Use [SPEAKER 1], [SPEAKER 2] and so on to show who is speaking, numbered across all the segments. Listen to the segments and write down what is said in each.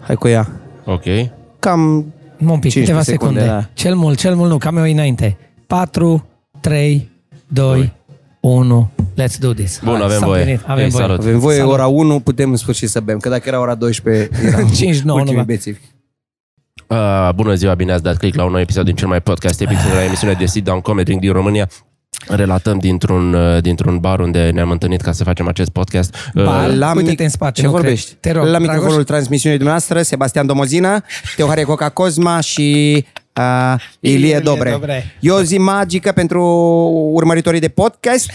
[SPEAKER 1] Hai cu ea.
[SPEAKER 2] Ok.
[SPEAKER 1] Cam
[SPEAKER 3] Nu un pic,
[SPEAKER 1] 15
[SPEAKER 3] câteva
[SPEAKER 1] secunde,
[SPEAKER 3] secunde.
[SPEAKER 1] da.
[SPEAKER 3] Cel mult, cel mult nu, cam eu înainte. 4, 3, 2,
[SPEAKER 2] Doi.
[SPEAKER 3] 1, let's do this.
[SPEAKER 2] Bun,
[SPEAKER 3] Hai,
[SPEAKER 2] avem
[SPEAKER 3] s-a
[SPEAKER 2] voie.
[SPEAKER 3] împlinit, Avem
[SPEAKER 2] Ei,
[SPEAKER 3] voie.
[SPEAKER 2] salut.
[SPEAKER 1] avem voie,
[SPEAKER 3] Salut.
[SPEAKER 1] ora 1 putem în sfârșit să bem, că dacă era ora 12, eram
[SPEAKER 3] 5, 9,
[SPEAKER 1] ultimii
[SPEAKER 3] nu
[SPEAKER 1] bețivi.
[SPEAKER 2] Uh, bună ziua, bine ați dat click la un nou episod din cel mai podcast epic singura emisiune de sit down comedy din România. Relatăm dintr-un, uh, dintr-un bar unde ne-am întâlnit ca să facem acest podcast. Uh,
[SPEAKER 3] Ba-
[SPEAKER 1] La
[SPEAKER 3] Uite-te în spate,
[SPEAKER 1] ce
[SPEAKER 3] nu
[SPEAKER 1] vorbești?
[SPEAKER 3] cred. Te rog,
[SPEAKER 1] la
[SPEAKER 3] Dragoș?
[SPEAKER 1] microfonul transmisiunii dumneavoastră, Sebastian Domozina, Teohare Coca Cozma și uh, Ilie
[SPEAKER 3] Ilie
[SPEAKER 1] Dobre.
[SPEAKER 3] Dobre.
[SPEAKER 1] E o zi magică pentru urmăritorii de podcast.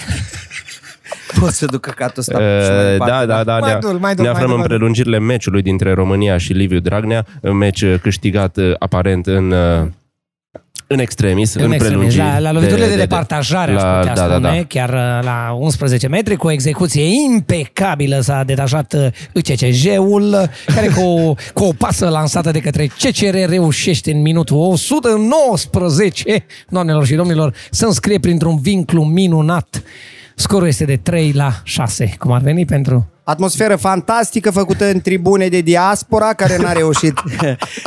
[SPEAKER 1] Pot să duc căcatul ăsta și mai
[SPEAKER 2] Uh,
[SPEAKER 1] departe,
[SPEAKER 2] da, da, da.
[SPEAKER 3] Mai
[SPEAKER 2] ne,
[SPEAKER 3] dul, mai dul,
[SPEAKER 2] ne
[SPEAKER 3] mai
[SPEAKER 2] aflăm în
[SPEAKER 3] dul, mai dul.
[SPEAKER 2] prelungirile meciului dintre România și Liviu Dragnea, un meci uh, câștigat uh, aparent în uh, în extremis, în,
[SPEAKER 3] În extremis,
[SPEAKER 2] prelungiri.
[SPEAKER 3] la, la loviturile de, de, departajare,
[SPEAKER 2] la-
[SPEAKER 3] aș putea
[SPEAKER 2] da,
[SPEAKER 3] spune,
[SPEAKER 2] da, da.
[SPEAKER 3] chiar uh, la 11 metri, cu o execuție impecabilă s-a detașat UCCJ-ul, uh, care cu, o- cu o pasă lansată de către CCR reușește în minutul 119, doamnelor și domnilor, să înscrie printr-un vinclu minunat. Scorul este de 3 la 6, cum ar veni pentru...
[SPEAKER 1] Atmosferă fantastică făcută în tribune de diaspora, care n-a reușit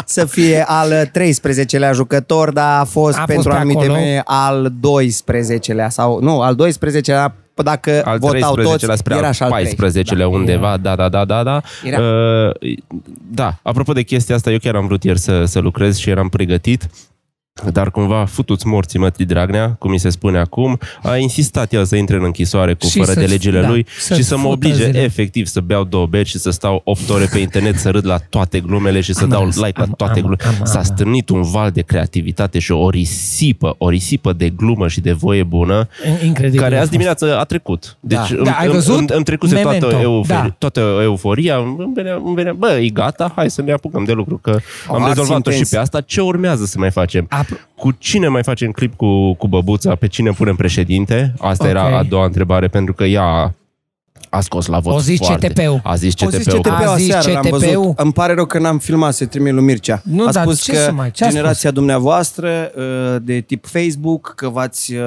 [SPEAKER 1] să fie al 13-lea jucător, dar a fost
[SPEAKER 3] A fost
[SPEAKER 1] pentru
[SPEAKER 3] pe
[SPEAKER 1] anumite
[SPEAKER 3] acolo.
[SPEAKER 1] mele al 12-lea sau nu, al 12-lea, p- dacă
[SPEAKER 2] al
[SPEAKER 1] votau toți,
[SPEAKER 2] 13-lea spre
[SPEAKER 1] era și al
[SPEAKER 2] al 14-lea undeva, da, da, da, da, da.
[SPEAKER 1] Era.
[SPEAKER 2] Uh, da, apropo de chestia asta, eu chiar am vrut ieri să, să lucrez și eram pregătit, dar cumva futuți morții mătii Dragnea, cum mi se spune acum, a insistat el să intre în închisoare cu
[SPEAKER 3] Și
[SPEAKER 2] fără de
[SPEAKER 3] să-ți-
[SPEAKER 2] legile
[SPEAKER 3] da,
[SPEAKER 2] lui
[SPEAKER 3] să-ți
[SPEAKER 2] și să mă
[SPEAKER 3] fută
[SPEAKER 2] oblige
[SPEAKER 3] zile.
[SPEAKER 2] efectiv să beau două beci și să stau 8 ore pe internet să râd la toate glumele și să
[SPEAKER 3] Am
[SPEAKER 2] dau
[SPEAKER 3] râs,
[SPEAKER 2] like la
[SPEAKER 3] am-
[SPEAKER 2] toate
[SPEAKER 3] am- am-
[SPEAKER 2] glumele.
[SPEAKER 3] am-
[SPEAKER 2] S-a
[SPEAKER 3] am-
[SPEAKER 2] strânit Da. un val de creativitate și o risipă, o risipă de glumă și de voie bună
[SPEAKER 3] Incredibil.
[SPEAKER 2] care azi
[SPEAKER 3] a fost.
[SPEAKER 2] dimineață a trecut. Deci
[SPEAKER 1] Da.
[SPEAKER 2] Îmi,
[SPEAKER 3] Da, ai
[SPEAKER 2] îmi-
[SPEAKER 3] văzut?
[SPEAKER 2] Îmi, îmi trecuse toată,
[SPEAKER 3] Memento.
[SPEAKER 2] euforia,
[SPEAKER 3] Da.
[SPEAKER 2] toată euforia, îmi venea, îmi venea, bă, e gata, hai să ne apucăm de lucru, că
[SPEAKER 1] O
[SPEAKER 2] am
[SPEAKER 1] ars
[SPEAKER 2] rezolvat-o și
[SPEAKER 1] intens.
[SPEAKER 2] pe asta. Ce urmează să mai facem?
[SPEAKER 3] Apro-
[SPEAKER 2] Cu cine mai facem clip cu, cu băbuța? Pe cine punem președinte? Asta
[SPEAKER 3] Ok.
[SPEAKER 2] era a doua întrebare, pentru că ea a scos la vot
[SPEAKER 3] O zis
[SPEAKER 2] foarte.
[SPEAKER 3] CTP-ul.
[SPEAKER 2] A zis
[SPEAKER 1] O zis
[SPEAKER 2] CTP-ul.
[SPEAKER 1] CTP-ul
[SPEAKER 3] A zis
[SPEAKER 1] aseară, l-am
[SPEAKER 3] CTP-ul.
[SPEAKER 1] văzut. Îmi pare rău că n-am filmat, se trimit lui Mircea.
[SPEAKER 3] Nu,
[SPEAKER 1] a
[SPEAKER 3] dar
[SPEAKER 1] spus
[SPEAKER 3] ce
[SPEAKER 1] că
[SPEAKER 3] să mai- ce a spus?
[SPEAKER 1] generația dumneavoastră uh, de tip Facebook, că v-ați uh,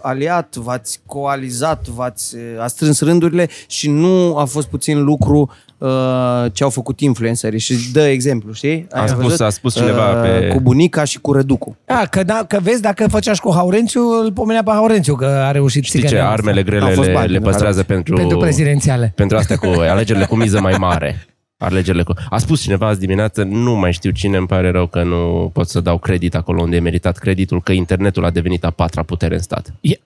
[SPEAKER 1] aliat, v-ați coalizat, v-ați uh, a strâns rândurile și nu a fost puțin lucru uh, ce au făcut influencerii. Și dă exemplu, știi? Uh,
[SPEAKER 2] A spus- a spus cineva pe-
[SPEAKER 1] Cu bunica și cu răducu.
[SPEAKER 3] A, că, da, că vezi, dacă făceași cu Haurențiu, îl pomenea pe Haurențiu că a reușit
[SPEAKER 2] Știi ce?
[SPEAKER 3] țigăria asta.
[SPEAKER 2] Armele grele
[SPEAKER 1] Au fost
[SPEAKER 2] le,
[SPEAKER 1] bani,
[SPEAKER 2] le păstrează pentru...
[SPEAKER 3] Pentru prezidențiale.
[SPEAKER 2] Pentru asta cu alegerile cu miză mai mare. Alegerile cu... A spus cineva azi dimineață, nu mai știu cine, îmi pare rău că nu pot să dau credit acolo unde e meritat creditul, că internetul a devenit a patra putere în stat.
[SPEAKER 3] E-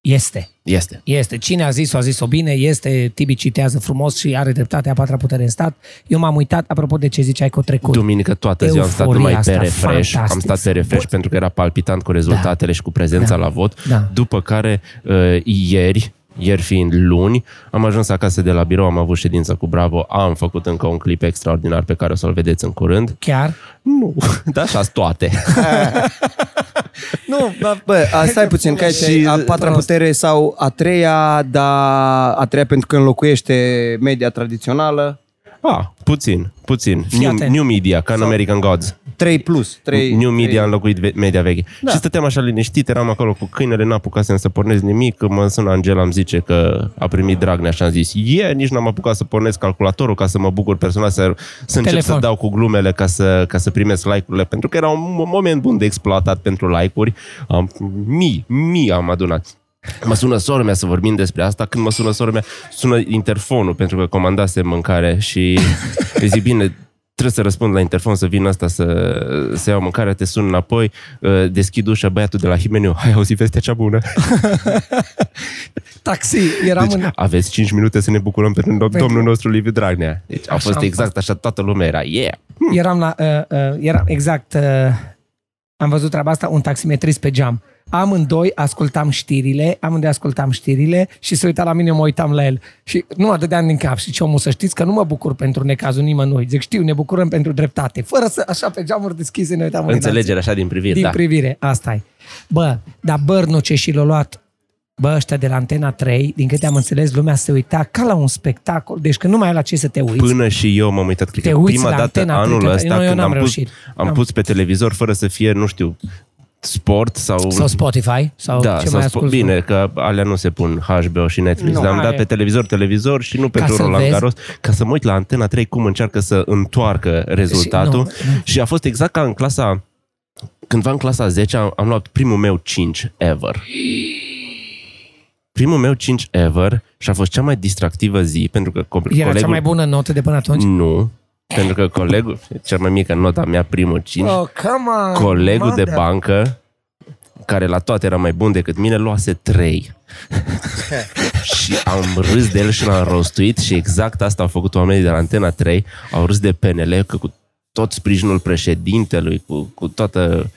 [SPEAKER 3] Este.
[SPEAKER 2] Este.
[SPEAKER 3] Este. Cine a zis-o, a zis-o bine. Este. Tibi citează frumos și are dreptate a patra putere în stat. Eu m-am uitat, apropo de ce ziceai cu trecut.
[SPEAKER 2] Duminică toată ziua am stat
[SPEAKER 3] Euforia
[SPEAKER 2] numai pe
[SPEAKER 3] asta,
[SPEAKER 2] refresh. Am
[SPEAKER 3] fantastic.
[SPEAKER 2] stat pe refresh
[SPEAKER 3] Bun.
[SPEAKER 2] pentru că era palpitant cu rezultatele și cu prezența
[SPEAKER 3] Da.
[SPEAKER 2] la vot.
[SPEAKER 3] Da.
[SPEAKER 2] După care, uh, ieri, ieri fiind luni, am ajuns acasă de la birou, am avut ședință cu Bravo, am făcut încă un clip extraordinar pe care o să-l vedeți în curând.
[SPEAKER 3] Chiar?
[SPEAKER 2] Nu, da, așa toate.
[SPEAKER 1] Nu, bă, bă a, stai puțin, că aici e a patra putere sau a treia, dar a treia pentru că înlocuiește media tradițională.
[SPEAKER 2] Ah, puțin, puțin.
[SPEAKER 3] Fii
[SPEAKER 2] New,
[SPEAKER 3] atent.
[SPEAKER 2] new Media, ca în American Gods.
[SPEAKER 1] 3 plus. 3,
[SPEAKER 2] new Media a înlocuit ve- media veche. Da. Și stăteam așa liniștit, eram acolo cu câinele, n-apucasem să pornesc nimic. Când mă sună Angela, îmi zice că a primit Dragnea și am zis, e, yeah, nici n-am apucat să pornesc calculatorul ca să mă bucur personal, să, să încep
[SPEAKER 3] Telefon.
[SPEAKER 2] să dau cu glumele ca să, ca să primesc like-urile, pentru că era un mo- moment bun de exploatat pentru like-uri. Am, mii, mii am adunat. Mă sună sora mea să vorbim despre asta. Când mă sună sora mea, sună interfonul pentru că comandase mâncare și îi zic, bine, trebuie să răspund la interfon, să vin asta să, să iau mâncare, te sun înapoi, uh, deschid ușa, băiatul de la Himeniu, hai auzi vestea cea bună.
[SPEAKER 3] Taxi. Eram
[SPEAKER 2] Deci,
[SPEAKER 3] în...
[SPEAKER 2] aveți 5 minute să ne bucurăm pentru dom-
[SPEAKER 3] Pentru-
[SPEAKER 2] domnul nostru Liviu Dragnea. Deci a
[SPEAKER 3] Așa
[SPEAKER 2] fost
[SPEAKER 3] am
[SPEAKER 2] exact așa, toată lumea era, yeah!
[SPEAKER 3] Eram la... Uh, uh, eram, exact. Uh, am văzut treaba asta, un taximetrist pe geam. Amândoi ascultam știrile, amândoi ascultam știrile și se uita la mine, mă uitam la el. Și nu mă dădeam din cap. Și ce omul să știți că nu mă bucur pentru necazul nimănui. Zic, știu, ne bucurăm pentru dreptate. Fără să, așa, pe geamuri deschise, ne uitam. unii la alții.
[SPEAKER 2] Înțelegere așa din privire,
[SPEAKER 3] Din
[SPEAKER 2] da.
[SPEAKER 3] privire, asta e. Bă, dar bărnul ce și l-a luat Bă, ăștia de la Antena 3, din câte am înțeles, lumea se uita ca la un spectacol. Deci că nu mai ai la ce să te uiți.
[SPEAKER 2] Până și eu m-am uitat, cred
[SPEAKER 3] Te
[SPEAKER 2] că
[SPEAKER 3] uiți
[SPEAKER 2] prima
[SPEAKER 3] la
[SPEAKER 2] dată
[SPEAKER 3] antena,
[SPEAKER 2] anul
[SPEAKER 3] cred că-
[SPEAKER 2] ăsta
[SPEAKER 3] nu, eu
[SPEAKER 2] când
[SPEAKER 3] n-am
[SPEAKER 2] am pus,
[SPEAKER 3] reușit.
[SPEAKER 2] am
[SPEAKER 3] Am-
[SPEAKER 2] pus pe televizor fără să fie, nu știu, sport sau...
[SPEAKER 3] Sau Spotify? Sau
[SPEAKER 2] da,
[SPEAKER 3] ce
[SPEAKER 2] sau
[SPEAKER 3] mai
[SPEAKER 2] spo-
[SPEAKER 3] asculti?
[SPEAKER 2] bine, că alea nu se pun HBO și Netflix,
[SPEAKER 3] Nu,
[SPEAKER 2] dar am
[SPEAKER 3] aia
[SPEAKER 2] dat
[SPEAKER 3] e.
[SPEAKER 2] pe televizor, televizor și nu pentru
[SPEAKER 3] să
[SPEAKER 2] Roland
[SPEAKER 3] vezi.
[SPEAKER 2] Garros, ca să mă uit la Antena 3 cum încearcă să întoarcă rezultatul. Și,
[SPEAKER 3] nu.
[SPEAKER 2] a fost exact ca în clasa, cândva în clasa 10 am, am luat primul meu 5 ever. Primul meu 5 ever și a fost cea mai distractivă zi, pentru că co-
[SPEAKER 3] Era
[SPEAKER 2] colegul...
[SPEAKER 3] cea mai bună notă de până atunci?
[SPEAKER 2] Nu, pentru că colegul, cea mai mică nota mea, primul 5,
[SPEAKER 3] Oh, come on,
[SPEAKER 2] colegul de
[SPEAKER 3] mother-
[SPEAKER 2] bancă, care la toate era mai bun decât mine, luase trei. și am râs de el și l-am rostuit și exact asta au făcut oamenii de la Antena 3, au râs de PNL că cu tot sprijinul președintelui, cu, cu toată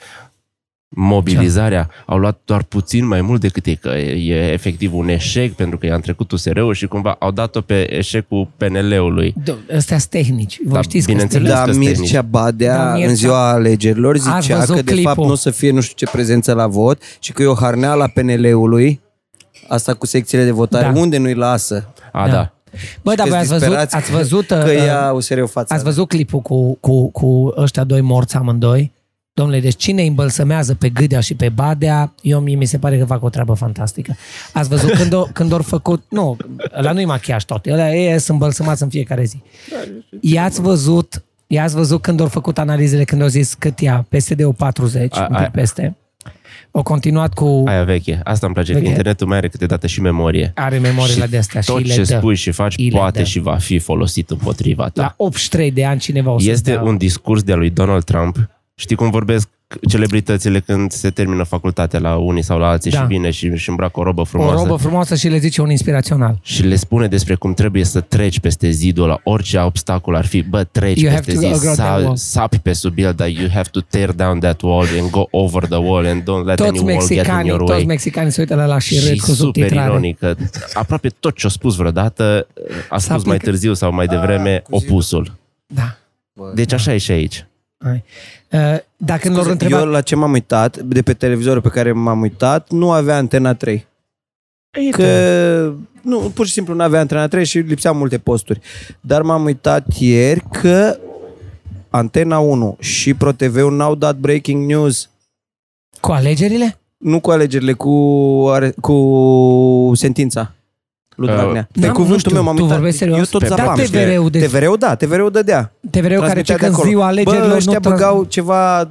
[SPEAKER 2] mobilizarea, au luat doar puțin mai mult decât e, că e, e efectiv un eșec pentru că i-a trecut USR-ul și cumva au dat-o pe eșecul PNL-ului.
[SPEAKER 3] Do- Astea sunt tehnici. Vă
[SPEAKER 2] Da,
[SPEAKER 3] știți că
[SPEAKER 2] bineînțeles.
[SPEAKER 3] sunt-
[SPEAKER 2] Da,
[SPEAKER 1] Da,
[SPEAKER 2] că-s
[SPEAKER 1] Mircea Badea,
[SPEAKER 3] Da,
[SPEAKER 1] da,
[SPEAKER 3] Mircea.
[SPEAKER 1] Mircea. în ziua alegerilor, zicea
[SPEAKER 3] văzut
[SPEAKER 1] că de
[SPEAKER 3] clipul.
[SPEAKER 1] fapt nu o să fie nu știu ce prezență la vot și că e o harneală a PNL-ului, asta cu secțiile de votare,
[SPEAKER 3] Da.
[SPEAKER 1] da. unde nu-i lasă?
[SPEAKER 2] A, da. da.
[SPEAKER 3] Bă, dar
[SPEAKER 1] Că-s
[SPEAKER 3] voi ați văzut,
[SPEAKER 1] disperați
[SPEAKER 3] ați văzut,
[SPEAKER 1] că
[SPEAKER 3] uh,
[SPEAKER 1] ia USR-ul fața.
[SPEAKER 3] ați văzut clipul cu, cu, cu ăștia doi morți amândoi? Domnule, deci cine îi îmbălsămează pe Gâdea și pe Badea, eu mie mi se pare că fac o treabă fantastică. Ați văzut când, o, când ori făcut... Nu, la nu-i machiaj tot. Ăla, ei sunt îmbălsămați în fiecare zi. I-ați văzut, i-ați văzut când au făcut analizele, când au zis cât ia PSD-ul 40,
[SPEAKER 2] A-
[SPEAKER 3] un
[SPEAKER 2] aia-
[SPEAKER 3] pic peste. Au continuat cu...
[SPEAKER 2] Aia veche. Asta îmi place. că
[SPEAKER 3] Veche.
[SPEAKER 2] Internetul mai are câteodată și memorie.
[SPEAKER 3] Are memoriile
[SPEAKER 2] Și
[SPEAKER 3] de astea și
[SPEAKER 2] Tot
[SPEAKER 3] le
[SPEAKER 2] ce
[SPEAKER 3] dă.
[SPEAKER 2] spui și faci
[SPEAKER 3] I le
[SPEAKER 2] poate
[SPEAKER 3] dă.
[SPEAKER 2] și va fi folosit împotriva ta.
[SPEAKER 3] La 83 de ani cineva o să
[SPEAKER 2] este
[SPEAKER 3] dea...
[SPEAKER 2] un discurs de-a lui Donald Trump. Știi cum vorbesc celebritățile când se termină facultatea la unii sau la alții
[SPEAKER 3] Da.
[SPEAKER 2] și vine și își îmbracă o robă
[SPEAKER 3] o
[SPEAKER 2] frumoasă
[SPEAKER 3] robă frumoasă și le zice un inspirațional.
[SPEAKER 2] și le spune despre cum trebuie să treci peste zidul ăla, orice obstacol ar fi, bă, treci
[SPEAKER 3] You have
[SPEAKER 2] peste
[SPEAKER 3] to
[SPEAKER 2] zid,
[SPEAKER 3] go that
[SPEAKER 2] sa,
[SPEAKER 3] wall.
[SPEAKER 2] sapi pe sub el, dar you have to tear down that wall and go over the wall and don't let
[SPEAKER 3] Toți
[SPEAKER 2] any wall get in
[SPEAKER 3] mexicanii,
[SPEAKER 2] your
[SPEAKER 3] toți
[SPEAKER 2] way.
[SPEAKER 3] mexicanii se uită la la și
[SPEAKER 2] și
[SPEAKER 3] râd cu
[SPEAKER 2] super
[SPEAKER 3] subtitrare.
[SPEAKER 2] ironic că aproape tot ce a spus vreodată a spus mai
[SPEAKER 3] aplicat.
[SPEAKER 2] târziu sau mai devreme opusul.
[SPEAKER 3] Da.
[SPEAKER 2] Deci așa e și aici.
[SPEAKER 3] Hai. Uh, Dacă lor
[SPEAKER 1] Scuze,
[SPEAKER 3] întreba...
[SPEAKER 1] Eu la ce m-am uitat, de pe televizorul pe care m-am uitat, nu avea antena 3. Că nu, pur și simplu nu avea antena 3 și lipseau multe posturi. Dar m-am uitat ieri că Antena 1 și ProTV-ul n-au dat breaking news.
[SPEAKER 3] Cu alegerile?
[SPEAKER 1] Nu cu alegerile, cu, are- cu sentința. Lui
[SPEAKER 2] Uh,
[SPEAKER 1] Dragnea. Pe
[SPEAKER 3] n-am- nu știu,
[SPEAKER 1] cuvântul meu m-am
[SPEAKER 3] tu
[SPEAKER 1] uitat.
[SPEAKER 3] vorbești serios?
[SPEAKER 1] Eu tot
[SPEAKER 2] Pe
[SPEAKER 1] zapam.
[SPEAKER 2] Da,
[SPEAKER 3] TVR-ul de-
[SPEAKER 1] TVR-ul da, TVR-ul dădea.
[SPEAKER 3] TVR-ul care
[SPEAKER 1] Transmitea
[SPEAKER 3] ce
[SPEAKER 1] de
[SPEAKER 3] că în
[SPEAKER 1] acolo.
[SPEAKER 3] ziua
[SPEAKER 1] Bă,
[SPEAKER 3] alegerilor
[SPEAKER 1] ăștia
[SPEAKER 3] nu
[SPEAKER 1] nu băgau
[SPEAKER 3] trans...
[SPEAKER 1] ceva uh,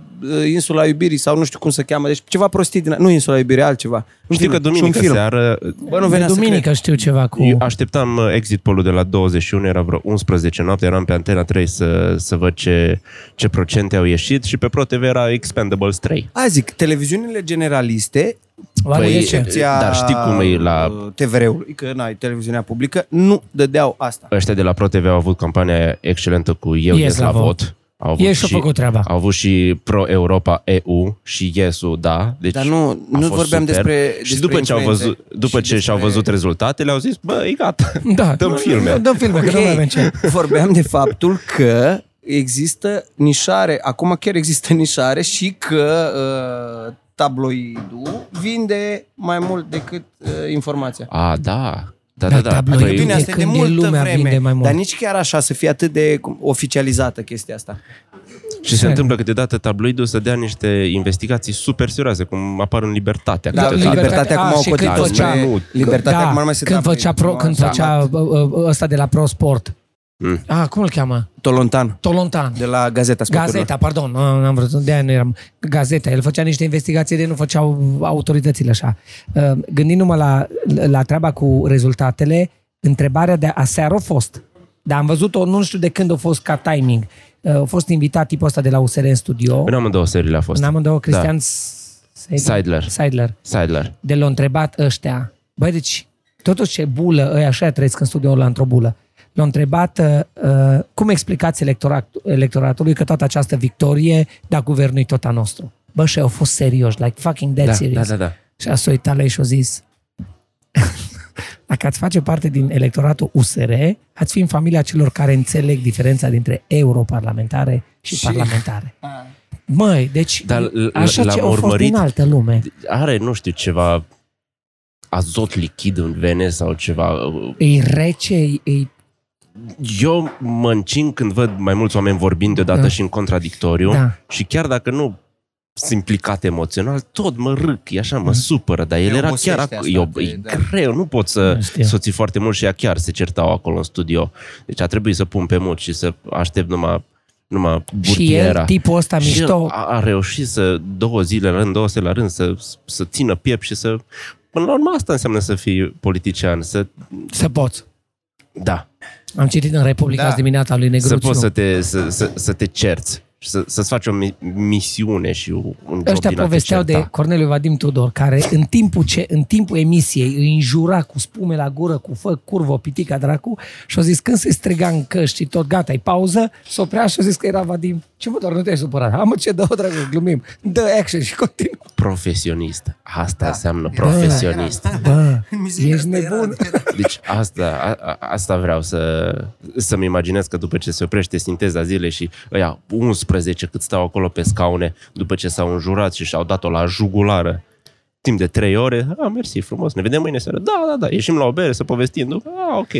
[SPEAKER 1] insula iubirii sau nu știu cum se cheamă, deci ceva prostit din... Nu insula iubirii, altceva. În
[SPEAKER 2] Știu
[SPEAKER 1] fine,
[SPEAKER 2] că
[SPEAKER 1] și un
[SPEAKER 2] duminică
[SPEAKER 1] film.
[SPEAKER 2] seară...
[SPEAKER 1] Bă, nu
[SPEAKER 3] De
[SPEAKER 1] venea să
[SPEAKER 3] duminică
[SPEAKER 1] cred.
[SPEAKER 3] știu ceva cu...
[SPEAKER 2] Eu așteptam uh, exit poll de la 21, era vreo 11 noapte, eram pe Antena 3 să, să văd ce, ce procente au ieșit și pe ProTV era Expendables 3.
[SPEAKER 1] A, zic, televiziunile generaliste,
[SPEAKER 3] Oare
[SPEAKER 2] Păi,
[SPEAKER 3] de
[SPEAKER 1] cu
[SPEAKER 3] ce?
[SPEAKER 1] excepția
[SPEAKER 2] dar știi cum e la-
[SPEAKER 1] uh, TVR-ului, că n-ai televiziunea publică, nu dădeau asta.
[SPEAKER 2] Ăștia de la ProTV au avut campania aia excelentă cu Eu
[SPEAKER 3] Ies
[SPEAKER 2] ies
[SPEAKER 3] la
[SPEAKER 2] la
[SPEAKER 3] vot.
[SPEAKER 2] vot. Au avut
[SPEAKER 3] Ei și-au făcut treaba.
[SPEAKER 2] Au avut și Pro-Europa EU și Yes-ul, da. Deci
[SPEAKER 1] Dar nu-
[SPEAKER 2] a
[SPEAKER 1] nu
[SPEAKER 2] fost
[SPEAKER 1] vorbeam despre-
[SPEAKER 2] Și
[SPEAKER 1] despre
[SPEAKER 2] după ce au
[SPEAKER 1] influențe.
[SPEAKER 2] văzut, după
[SPEAKER 1] Și
[SPEAKER 2] ce și-au
[SPEAKER 1] despre-
[SPEAKER 2] văzut rezultatele, au zis, bă, e gata,
[SPEAKER 3] Da.
[SPEAKER 2] dăm filme.
[SPEAKER 3] Dăm filme, că nu mai avem ce.
[SPEAKER 1] Vorbeam de faptul că există nișare, acum chiar există nișare și că uh, tabloidul vinde mai mult decât uh, informația.
[SPEAKER 2] A, da. Da,
[SPEAKER 3] Da,
[SPEAKER 2] da, da.
[SPEAKER 3] tabloid.
[SPEAKER 2] Păi,
[SPEAKER 1] Bine, asta e de
[SPEAKER 3] când e
[SPEAKER 1] multă
[SPEAKER 3] lumea, vinde
[SPEAKER 1] vreme,
[SPEAKER 3] mai mult.
[SPEAKER 1] dar nici chiar așa să fie atât de cum, oficializată chestia asta.
[SPEAKER 2] Și se întâmplă câteodată tabloidul să dea niște investigații super serioase, cum apar în Libertatea.
[SPEAKER 1] Da,
[SPEAKER 2] câteodată.
[SPEAKER 1] Libertatea
[SPEAKER 3] a,
[SPEAKER 1] acum
[SPEAKER 3] și
[SPEAKER 1] o
[SPEAKER 3] când
[SPEAKER 1] cotează
[SPEAKER 3] făcea-
[SPEAKER 1] spre-
[SPEAKER 2] Nu,
[SPEAKER 1] Libertatea acum nu mai se
[SPEAKER 3] Da, când
[SPEAKER 1] dă
[SPEAKER 3] făcea,
[SPEAKER 1] pe-
[SPEAKER 3] pro,
[SPEAKER 1] nu,
[SPEAKER 3] când
[SPEAKER 1] da.
[SPEAKER 3] făcea uh, uh, ăsta de la Pro Sport. Mm. Ah, cum îl cheamă?
[SPEAKER 1] Tolontan
[SPEAKER 3] Tolontan.
[SPEAKER 1] de la Gazeta Sporturilor.
[SPEAKER 3] Gazeta, pardon, nu am vrut, de aia nu eram. Gazeta, el făcea niște investigații de nu făceau autoritățile așa. Uh, Gândindu-mă la, la treaba cu rezultatele, întrebarea de aseară a fost. Dar am văzut-o, nu știu de când a fost ca timing. Uh, A fost invitat tipul ăsta de la USR în studio.
[SPEAKER 2] În amândouă seriile a fost.
[SPEAKER 3] În amândouă, Cristian da.
[SPEAKER 2] Seidler.
[SPEAKER 3] Seidler.
[SPEAKER 2] Sidler.
[SPEAKER 3] De l-au întrebat ăștia, băi, deci, totuși ce bulă, ăia așa trăiesc în studioul la într-o bulă. L-au întrebat uh, uh, cum explicați electorat, electoratului că toată această victorie da guvernul e tot a nostru. Bă, și au fost serioși, like fucking dead
[SPEAKER 2] Da, da,
[SPEAKER 3] serious.
[SPEAKER 2] da, da.
[SPEAKER 3] Și a s-o uitat la ei și a zis, dacă ați face parte din electoratul USR, ați fi în familia celor care înțeleg diferența dintre europarlamentare și, și... parlamentare.
[SPEAKER 1] Ah.
[SPEAKER 3] Măi, deci
[SPEAKER 2] Dar l-
[SPEAKER 3] așa
[SPEAKER 2] l-am
[SPEAKER 3] ce au fost
[SPEAKER 2] urmărit?
[SPEAKER 3] din altă lume.
[SPEAKER 2] Are, nu știu, ceva azot lichid în vene sau ceva.
[SPEAKER 3] E rece, e, e
[SPEAKER 2] Eu mă încin când văd mai mulți oameni vorbind deodată
[SPEAKER 3] Da.
[SPEAKER 2] da. și în contradictoriu
[SPEAKER 3] Da.
[SPEAKER 2] și chiar dacă nu sunt implicat emoțional, tot mă râc, e așa, mă
[SPEAKER 3] Mhm.
[SPEAKER 2] supără, dar el
[SPEAKER 1] Te
[SPEAKER 2] era
[SPEAKER 1] obosește
[SPEAKER 2] chiar
[SPEAKER 1] asta,
[SPEAKER 2] acolo, e,
[SPEAKER 1] te-
[SPEAKER 2] e
[SPEAKER 1] da.
[SPEAKER 2] greu, nu pot să
[SPEAKER 3] Nu știu.
[SPEAKER 2] soții foarte mult și ea chiar se certau acolo în studio. Deci a trebuit să pun pe mult și să aștept numai, numai
[SPEAKER 3] Și el,
[SPEAKER 2] burtiera.
[SPEAKER 3] tipul ăsta
[SPEAKER 2] Și el
[SPEAKER 3] mișto,
[SPEAKER 2] a, a reușit să două zile la rând, două zile la rând, să, să țină piept și să... Până la urmă asta înseamnă să fii politician, să...
[SPEAKER 3] să poți.
[SPEAKER 2] Da,
[SPEAKER 3] Am citit în Republica
[SPEAKER 1] Da.
[SPEAKER 3] da. dimineața lui
[SPEAKER 2] să
[SPEAKER 3] Negruțiu.
[SPEAKER 2] poți să te, să, să, să te cerți și să, să-ți faci o mi- misiune și un job
[SPEAKER 3] Ăștia
[SPEAKER 2] din da. a te
[SPEAKER 3] povesteau
[SPEAKER 2] certa.
[SPEAKER 3] de Corneliu Vadim Tudor, care în timpul, ce, în timpul emisiei îi înjura cu spume la gură, cu fă curvă, pitica dracu și au zis când se striga în căști și tot gata, e pauză, s-o oprea și au zis că era Vadim. Ce mă doar, nu te-ai supărat. Am ce dă, dragul, glumim. Dă action și continuă.
[SPEAKER 2] Profesionist. Asta da. înseamnă profesionist.
[SPEAKER 3] Bă,
[SPEAKER 1] În mizeria
[SPEAKER 3] ești
[SPEAKER 1] asta era,
[SPEAKER 3] nebun.
[SPEAKER 1] adică era-
[SPEAKER 2] Deci asta, a, a, asta vreau să, să-mi imaginez că după ce se oprește sinteza zilei și ăia 11 cât stau acolo pe scaune, după ce s-au înjurat și și-au dat-o la jugulară timp de 3 ore, a, mersi, frumos, ne vedem mâine seară. Da, da, da, ieșim la o bere să povestim, nu? A, ok.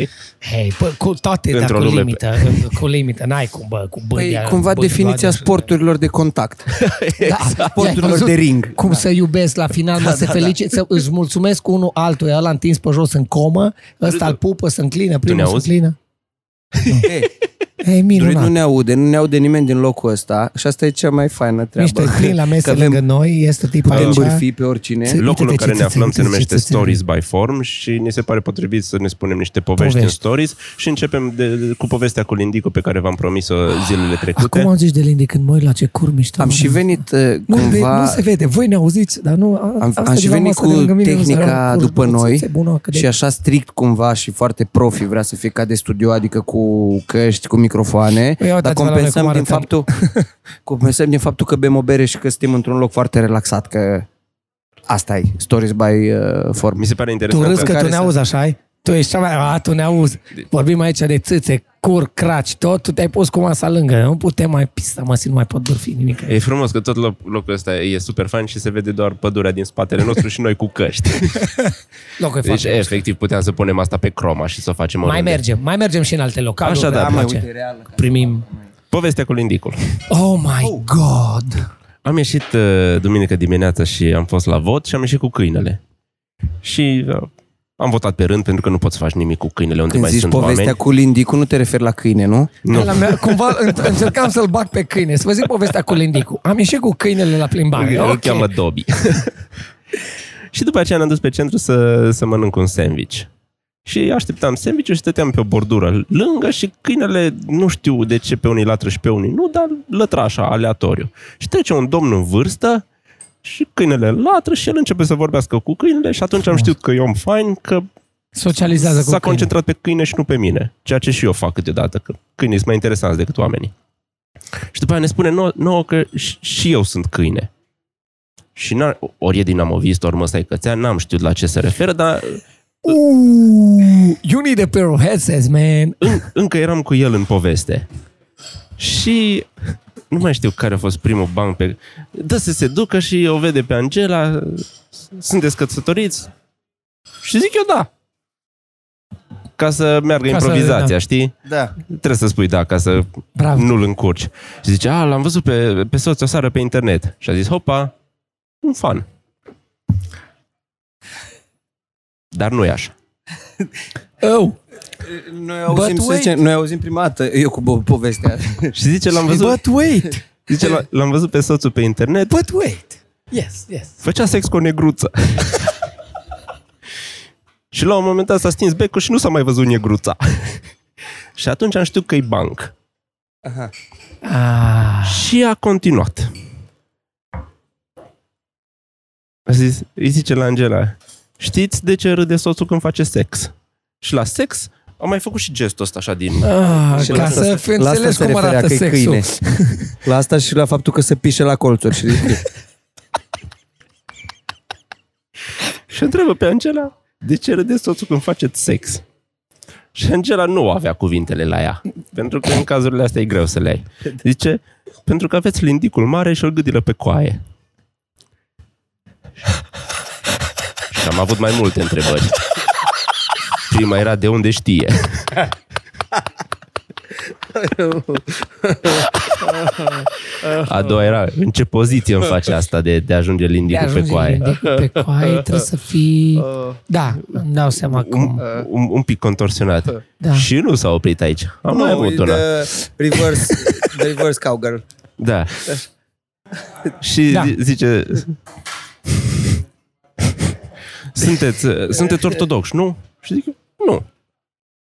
[SPEAKER 3] Hei, bă, cu toate, dar
[SPEAKER 2] Într-o
[SPEAKER 3] cu
[SPEAKER 2] lume pe-
[SPEAKER 3] limită. Cu limită, n-ai cum, bă, cu bândea.
[SPEAKER 1] Păi, cumva
[SPEAKER 3] bândea-
[SPEAKER 1] definiția sporturilor de contact.
[SPEAKER 3] Da,
[SPEAKER 1] Exact. Sporturilor
[SPEAKER 3] i-ai văzut
[SPEAKER 1] de ring.
[SPEAKER 3] Cum da. să iubesc la final, mă, da, se da, felicit, da. să își mulțumesc unul altuia, ăla întins pe jos în comă, ăsta îl pupă, se înclină, primul se
[SPEAKER 2] auzi?
[SPEAKER 3] înclină.
[SPEAKER 1] Ei,
[SPEAKER 3] E
[SPEAKER 1] Dorit nu
[SPEAKER 3] minunat.
[SPEAKER 1] ne aude, nu ne aude nimeni din locul ăsta și asta e cea mai faină treabă.
[SPEAKER 3] Mișto, e plin la
[SPEAKER 1] Că
[SPEAKER 3] mese
[SPEAKER 1] avem-
[SPEAKER 3] lângă noi, este tipul
[SPEAKER 1] Putem
[SPEAKER 3] acela.
[SPEAKER 1] bârfi pe oricine.
[SPEAKER 3] Ți-
[SPEAKER 2] Locul
[SPEAKER 3] Uite-te
[SPEAKER 2] în
[SPEAKER 3] ce
[SPEAKER 2] care ne
[SPEAKER 3] ți-
[SPEAKER 2] aflăm
[SPEAKER 3] ți-
[SPEAKER 2] se
[SPEAKER 3] ți-
[SPEAKER 2] numește
[SPEAKER 3] ți- ți-
[SPEAKER 2] Stories by Form și ni se pare potrivit să ne spunem niște povești,
[SPEAKER 3] Povești.
[SPEAKER 2] în stories și începem de, de, cu povestea cu Lindico pe care v-am promis-o zilele trecute.
[SPEAKER 3] Acum am zis de Lindy când mă uit la ce cur mișto.
[SPEAKER 1] Am și venit uh,
[SPEAKER 3] nu, cumva...
[SPEAKER 1] cumva...
[SPEAKER 3] nu se vede, voi ne auziți, dar nu... a-
[SPEAKER 1] Am,
[SPEAKER 3] asta
[SPEAKER 1] am
[SPEAKER 3] e
[SPEAKER 1] și
[SPEAKER 3] la
[SPEAKER 1] venit
[SPEAKER 3] masă de
[SPEAKER 1] cu
[SPEAKER 3] lângă mine, nu se
[SPEAKER 1] tehnica
[SPEAKER 3] vede, cur,
[SPEAKER 1] după
[SPEAKER 3] băiețe,
[SPEAKER 1] noi
[SPEAKER 3] bună, că de-
[SPEAKER 1] și așa strict cumva și foarte profi vrea să fie ca de studio, adică cu căști, cu microfoane,
[SPEAKER 3] Păi Ia uitați-vă
[SPEAKER 1] dar
[SPEAKER 3] la noi cum
[SPEAKER 1] compensăm din,
[SPEAKER 3] arătăm.
[SPEAKER 1] faptul, compensăm din faptul că bem o bere și că suntem într-un loc foarte relaxat, că asta e, Stories by uh, Form.
[SPEAKER 2] Mi se pare interesant.
[SPEAKER 3] Tu râzi că
[SPEAKER 1] care
[SPEAKER 3] tu ne
[SPEAKER 1] să-
[SPEAKER 3] auzi, așa -i? Tu ești cea mai... A, tu ne auzi.
[SPEAKER 2] Deci-
[SPEAKER 3] Vorbim aici de țâțe, cur, craci, tot. Tu te-ai pus cu masa lângă. Nu putem mai pista, mă simt, nu mai pot bârfi nimic.
[SPEAKER 2] E frumos că tot lo- locul ăsta e super fain și se vede doar pădurea din spatele nostru și noi cu căști.
[SPEAKER 3] Locul e
[SPEAKER 2] Deci,
[SPEAKER 3] foarte mișto.
[SPEAKER 2] efectiv, puteam să punem asta pe croma și să o facem
[SPEAKER 3] Mai
[SPEAKER 2] oriunde.
[SPEAKER 3] mergem, mai mergem și în alte localuri.
[SPEAKER 2] Așa,
[SPEAKER 3] ne
[SPEAKER 2] da,
[SPEAKER 3] place.
[SPEAKER 2] mă, uite,
[SPEAKER 3] Primim...
[SPEAKER 2] Povestea cu Lindicul.
[SPEAKER 3] Oh my oh. God!
[SPEAKER 2] Am ieșit uh, duminică dimineața și am fost la vot și am ieșit cu câinele. Și uh, am votat pe rând pentru că nu poți să faci nimic cu câinele unde
[SPEAKER 1] Când
[SPEAKER 2] mai
[SPEAKER 1] zici
[SPEAKER 2] sunt
[SPEAKER 1] povestea
[SPEAKER 2] oameni.
[SPEAKER 1] cu Lindicu, nu te referi la câine, nu?
[SPEAKER 2] Nu.
[SPEAKER 3] La mea, cumva în- încercam să-l bag pe câine. Să vă zic povestea cu Lindicu. Am ieșit cu câinele la
[SPEAKER 2] Îl
[SPEAKER 3] plimbare.
[SPEAKER 2] okay.
[SPEAKER 3] Ok.
[SPEAKER 2] cheamă Dobby. și după aceea ne-am dus pe centru să, să mănânc un sandwich. Și așteptam sandwich și stăteam pe o bordură lângă și câinele, nu știu de ce pe unii latră și pe unii nu, dar lătra așa, aleatoriu. Și trece un domn în vârstă și câinele latră și el începe să vorbească cu câinele și atunci am știut că e om fain, că
[SPEAKER 3] Socializează cu
[SPEAKER 2] S-a
[SPEAKER 3] câine.
[SPEAKER 2] concentrat pe câine și nu pe mine, ceea ce și eu fac câteodată, că câinii sunt mai interesanți decât oamenii. Și după aia ne spune nou, nouă că și- și eu sunt câine. Și n ori e din amovist, ori măsai cățea, n-am știut la ce se referă, dar
[SPEAKER 3] Ooh, you need a pair of headsets, man.
[SPEAKER 2] în, încă eram cu el în poveste. Și nu mai știu care a fost primul banc pe... Dă să se ducă și o vede pe Angela, sunteți căsătoriți? Și zic eu da. Ca să meargă
[SPEAKER 3] Ca să-
[SPEAKER 2] improvizația,
[SPEAKER 3] da.
[SPEAKER 2] știi?
[SPEAKER 1] Da.
[SPEAKER 2] trebuie să spui da, ca să
[SPEAKER 3] Bravo.
[SPEAKER 2] nu-l încurci. Și zice, a, l-am văzut pe, pe soț o seară pe internet. Și a zis, hopa, un fan. Dar nu e așa.
[SPEAKER 3] Oh.
[SPEAKER 1] Noi
[SPEAKER 3] auzim,
[SPEAKER 1] auzim,
[SPEAKER 3] să
[SPEAKER 1] să
[SPEAKER 3] zicem,
[SPEAKER 1] noi auzim prima dată, eu cu bo- povestea.
[SPEAKER 2] Și zice, l-am văzut,
[SPEAKER 3] But wait.
[SPEAKER 2] zice, "L- l-am văzut pe soțul pe internet,
[SPEAKER 3] But wait. Yes, yes.
[SPEAKER 2] făcea sex cu o negruță. și la un moment dat s-a stins becul și nu s-a mai văzut negruța. și atunci am știut că e banc.
[SPEAKER 3] Ah.
[SPEAKER 2] Și a continuat. A zis, îi zice la Angela, știți de ce râde soțul când face sex? Și la sex am mai făcut și gestul ăsta așa din...
[SPEAKER 3] Ah,
[SPEAKER 1] Și
[SPEAKER 3] ca
[SPEAKER 1] la asta
[SPEAKER 3] să
[SPEAKER 1] se-
[SPEAKER 3] fi
[SPEAKER 1] la asta
[SPEAKER 3] înțeles
[SPEAKER 1] se
[SPEAKER 3] cum
[SPEAKER 1] referea,
[SPEAKER 3] arată
[SPEAKER 1] că e
[SPEAKER 3] sexul.
[SPEAKER 1] câine. La asta și la faptul că se pișe la colțuri. Și
[SPEAKER 2] Și întreabă pe Angela, de ce râde soțul când faceți sex? Și Angela nu avea cuvintele la ea, pentru că în cazurile astea e greu să le ai. Zice, pentru că aveți lindicul mare și o gâdilă pe coaie. Și am avut mai multe întrebări. Prima era de unde știe. A doua era, în ce poziție îmi face asta de, de a ajunge
[SPEAKER 3] De
[SPEAKER 2] lindicul pe
[SPEAKER 3] ajunge
[SPEAKER 2] coaie?
[SPEAKER 3] lindicul pe coaie trebuie să fii... Da, îmi dau seama
[SPEAKER 2] Un,
[SPEAKER 3] cum.
[SPEAKER 2] Uh. un, un pic contorsionat.
[SPEAKER 3] Da.
[SPEAKER 2] Și nu s-a oprit aici. Am mai avut una.
[SPEAKER 1] the reverse, the reverse cowgirl.
[SPEAKER 2] Da. Și
[SPEAKER 3] Da.
[SPEAKER 2] da. zice... sunteți, uh, sunteți ortodoxi, nu? Și zic eu, nu.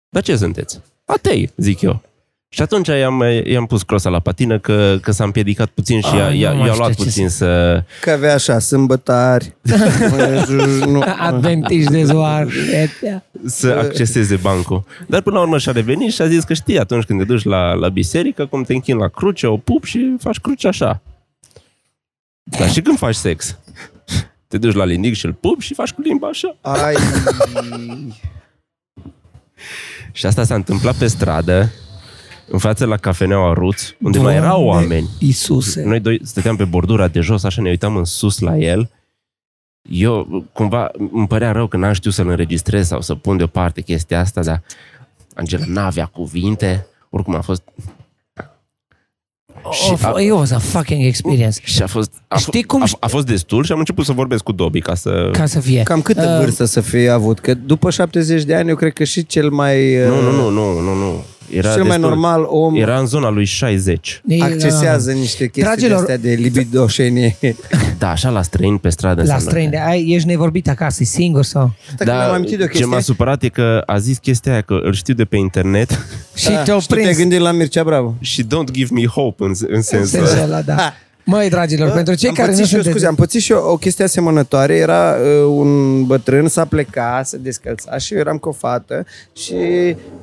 [SPEAKER 2] Dar ce sunteți? Atei, zic eu. Și atunci i-am, i-am pus crosa la patină că, că s-a împiedicat puțin și i-a,
[SPEAKER 3] Ah, nu
[SPEAKER 2] i-a,
[SPEAKER 3] mai
[SPEAKER 2] i-a
[SPEAKER 3] știu
[SPEAKER 2] luat
[SPEAKER 3] ce
[SPEAKER 2] puțin să...
[SPEAKER 1] Că avea așa, sâmbătari. nu.
[SPEAKER 3] Adventiști de zoar. etea.
[SPEAKER 2] să acceseze bancul. Dar până la urmă și-a revenit și a zis că știi atunci când te duci la, la biserică, cum te închin la cruce, o pup și faci cruce așa. Dar și când faci sex? Te duci la linic și îl pup și faci cu limba așa.
[SPEAKER 1] Ai...
[SPEAKER 2] Și asta s-a întâmplat pe stradă, în față la cafeneaua Ruț, unde mai erau
[SPEAKER 3] Doamne
[SPEAKER 2] oameni.
[SPEAKER 3] Iisuse.
[SPEAKER 2] Noi doi stăteam pe bordura de jos, așa ne uitam în sus la el. Eu cumva îmi părea rău că n-am știut să-l înregistrez sau să pun deoparte chestia asta, dar Angela n-avea cuvinte. Oricum a fost...
[SPEAKER 3] Oh, f- it was a fucking experience.
[SPEAKER 2] Și a fost, a,
[SPEAKER 3] Știi
[SPEAKER 2] Știi
[SPEAKER 3] cum
[SPEAKER 2] cum a,
[SPEAKER 3] ști-
[SPEAKER 2] a, fost destul și am început să vorbesc cu Dobby ca să...
[SPEAKER 3] Ca să fie. Uh,
[SPEAKER 1] Cam câtă vârstă să fie avut? Că după 70 de ani, eu cred că și cel mai... uh,
[SPEAKER 2] Nu, nu, nu, nu, nu, nu. Era
[SPEAKER 1] Cel mai
[SPEAKER 2] destul.
[SPEAKER 1] normal om
[SPEAKER 2] Era în zona lui 60.
[SPEAKER 3] Uh,
[SPEAKER 1] accesează niște chestii Dragilor...
[SPEAKER 3] Dragilor-
[SPEAKER 1] de astea de libidoșenie.
[SPEAKER 2] Da, așa la străin pe stradă
[SPEAKER 3] La
[SPEAKER 2] înseamnă
[SPEAKER 3] străini, de, ai, ești nevorbit acasă, e singur sau?
[SPEAKER 1] Dar da, am amintit de o
[SPEAKER 2] ce
[SPEAKER 1] chestie.
[SPEAKER 2] m-a supărat e că a zis chestia aia că îl știu de pe internet
[SPEAKER 3] Și te-au
[SPEAKER 1] și tu te-ai
[SPEAKER 3] prins.
[SPEAKER 1] gândit la Mircea Bravo.
[SPEAKER 2] și don't give me hope în, în sensul
[SPEAKER 3] Sensul
[SPEAKER 2] ăla.
[SPEAKER 3] ăla, da. Măi, dragilor, pentru cei
[SPEAKER 1] am
[SPEAKER 3] care nu
[SPEAKER 1] pățit și eu,
[SPEAKER 3] sunteți...
[SPEAKER 1] scuze, am pățit și eu o chestie asemănătoare. Era uh, un bătrân, s-a plecat, se descălța și eu eram cu o fată și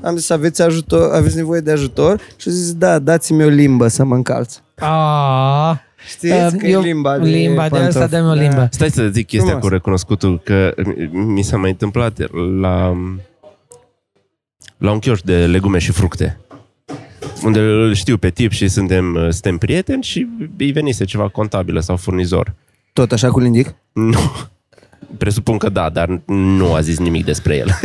[SPEAKER 1] am zis, aveți, ajutor, aveți nevoie de ajutor? Și a zis, da, dați-mi o limbă să mă încalț.
[SPEAKER 3] A,
[SPEAKER 1] Știți că e limba de
[SPEAKER 3] Ah. Uh, Um, Limba de
[SPEAKER 1] pantof.
[SPEAKER 3] asta, dă-mi o
[SPEAKER 1] Da.
[SPEAKER 3] limbă.
[SPEAKER 2] Stai să zic chestia
[SPEAKER 1] Frumos.
[SPEAKER 2] cu recunoscutul, că mi- mi s-a mai întâmplat la, la un chioșc de legume și fructe, unde îl știu pe tip și suntem, suntem prieteni și îi venise ceva contabilă sau furnizor.
[SPEAKER 1] Tot așa cu lindic?
[SPEAKER 2] Nu. Presupun că da, dar nu a zis nimic despre el.